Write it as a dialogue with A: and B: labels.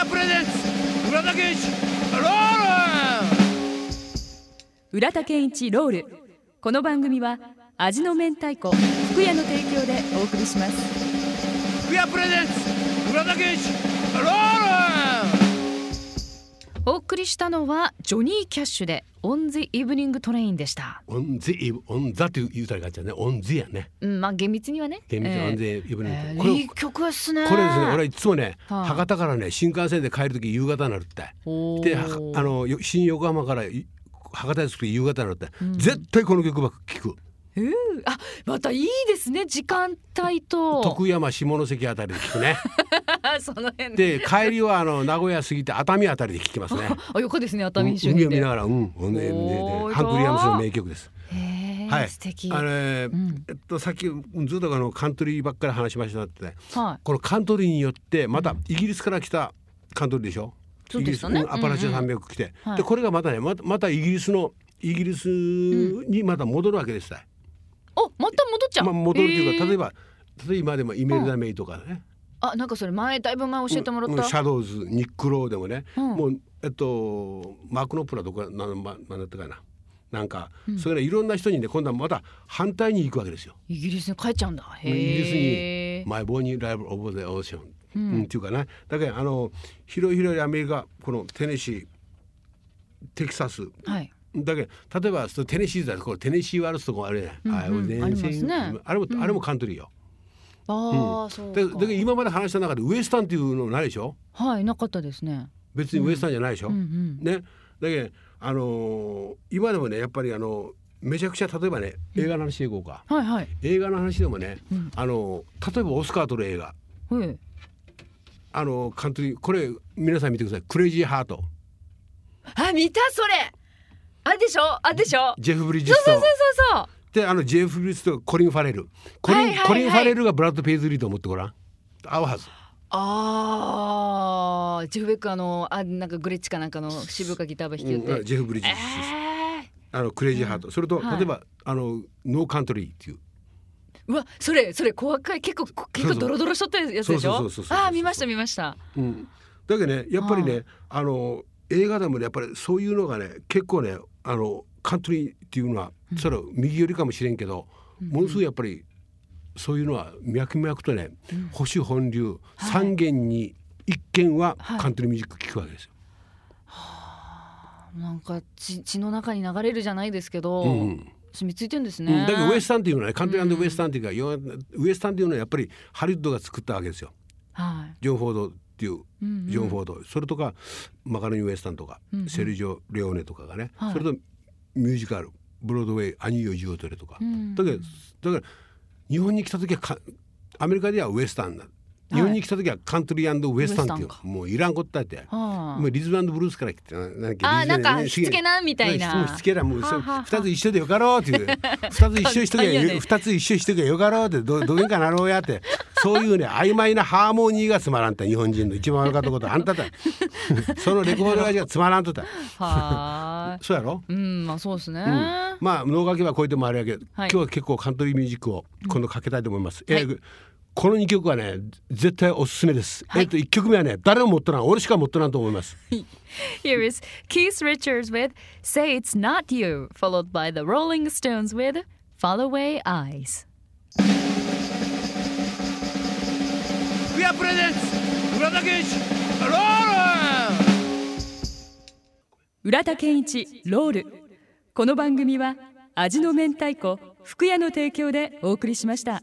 A: アプレゼンツ浦田健一ロール
B: 浦田健一ロールこの番組は味の明太子福屋の提供でお送りします
A: 福屋プレゼンツ浦田健一ロー
C: お送りしたのはジョニー・キャッシュで「オン・ズ・イブニング・トレイン」でした、
D: オンゼイブオンザと言うたら感じだねオンゼやね
C: うん、まあ厳密にはね
D: 厳密に
C: え
D: オ
C: ー
D: ンゼイブニング、
C: えー
D: これ
C: いい曲ですね
D: これですね俺いつもね、
C: はい
D: 博多からね新幹線で帰る時夕方になるって
C: おー
D: ではあのよ新横浜からい博多に着く時夕方になるって、絶対この曲ばっか聞く
C: うーあまたいいですね時間帯と
D: 徳山下関あたりで聞くね
C: その辺で
D: で帰りはあの名古屋過ぎて熱海あたりで聞きますね
C: あ横ですね熱
D: うん
C: 海周
D: 海
C: 辺
D: を見
C: で
D: ながらうん、うんねね
C: おー
D: ハンク・ウィリアムスの名曲です
C: へー
D: はい
C: 素敵
D: あ
C: は
D: れ
C: い、
D: えっとさっきうんずっとあのカントリーばっかり話しましたって、
C: は
D: このカントリーによってまたイギリスから来たカントリーでしょ
C: そうでしたね
D: イギリスうんアパラチア山脈来て、
C: はい
D: でこれがまたねまたまたイギリスのイギリスにまた戻るわけですね、
C: おまた戻っちゃう、
D: まあ、戻るというか
C: へー
D: 例えば例えば今でもイメルダメイとかね、
C: あなんかそれ前だいぶ前教えてもらっ
D: うん
C: た、
D: シャドウズニック・ローでもね、
C: うん
D: もうえっとマーク・ノプラどこなななんだったかななんか、それからいろんな人にね今度はまた反対に行くわけですよ。
C: イギリスに帰っちゃうんだへ
D: イギリス
C: え
D: に「マイ・ボーニー・ライブ・オブ・ザ・オーション」うんっていうかねだけどあの広い広いアメリカこのテネシーテキサス
C: はい
D: だけど例えばそのテネシーだとこれテネシー・ワールスとかあるね、
C: うんうん
D: あれ
C: ありますね
D: あれもあれもカントリーよ。
C: ああ、そうか
D: だだけど今まで話した中でウエスタンっていうのないでしょ
C: はいなかったですね
D: 別にウエスタンじゃないでしょ。
C: うんうん
D: ね、だけどあのー今でもねやっぱりあのめちゃくちゃ例えばね映画の話でいこうか、
C: はいはい
D: 映画の話でもね、
C: うん
D: あの例えばオスカーとの映画
C: はい
D: あのカントリーこれ皆さん見てください「クレイジー・ハート
C: あ見たそれあでしょあでしょ」
D: ジェフ・ブリッジ
C: そう
D: ス
C: そうそ
D: と
C: うそう
D: であのジェフ・ブリッジスとコリン・ファレルコリン,、
C: はいはいはい
D: コリン・ファレルがブラッド・ペイズリーと思ってごらん合うはず
C: ああジェフベックあのあなんかグレッチかなんかの渋川ギターば弾き
D: うん
C: 歌って、
D: ジェフ・ブリッジ
C: え
D: ス
C: ー、
D: あのクレイジー・ハート、それと、
C: はい
D: 例えばあのノー・カントリーっていう
C: うわそれそれ怖い結構こ結構ドロドロしとったやつでしょ
D: そうそうそうそうそうそう
C: あー見ました見ました
D: うん、だけどねやっぱりね、
C: は
D: あの映画でもねやっぱりそういうのがね結構ねあのカントリーっていうのはそれは右寄りかもしれんけど、ものすごいやっぱりそういうのは脈々とね、保守本流3軒に1軒は
C: はい
D: カントリーミュージック聞くわけですよ。
C: なんか血血の中に流れるじゃないですけど、
D: うんうん
C: 染みついてるんです
D: うんだ
C: ね、
D: けどウエスタンっていうのはねカントリーウエスタンっていうか、よウエスタンっていうのはやっぱりハリウッドが作ったわけですよ。
C: はい
D: ジョン・フォードっていう
C: うんうん
D: ジョン・フォード、それとかマカロニ・ウエスタンとか、
C: うんうん
D: セルジオ・レオネとかがね、
C: はい
D: それとミュージカルブロードウェイアニーヨ・ジオトレとか、
C: うん
D: だけどだから日本に来た時はかアメリカではウエスタンだ日本に来た時はカントリーウエスタンってい
C: ウエス
D: う
C: タンか
D: もういらんことだって、
C: はあ
D: もうリズムブルースから来てななん
C: あー
D: リズム
C: なんか
D: ね
C: しつけなみたいな
D: もうしつけなもう
C: はあはあはあ
D: 二つ一緒でよかろうって いう二つ一緒にしと
C: 簡単や
D: け
C: ね
D: ば二つ一緒にしとけばよかろうってどどげんかなろうやってそういうね曖昧なハーモニーがつまらんって日本人の一番悪かったことあんた だそのレコード会社がつまらんとった
C: はーい
D: そうやろ
C: うんまあそうですね、
D: まあ能書けばこういてもあれやけど、
C: はい
D: 今日は結構カントリーミュージックを今度かけたいと思います、えーこの2曲はね絶対おすすめです、
C: は
D: え
C: い
D: っと1曲目はね誰も持っとらん俺しか持っとらんと思います
C: Here is Keith Richards with Say It's Not You, followed by the Rolling Stones with Far Away Eyes.
A: 福屋プレゼンツ浦田健一ロール
B: 浦田健一ロールこの番組は味の明太子福屋の提供でお送りしました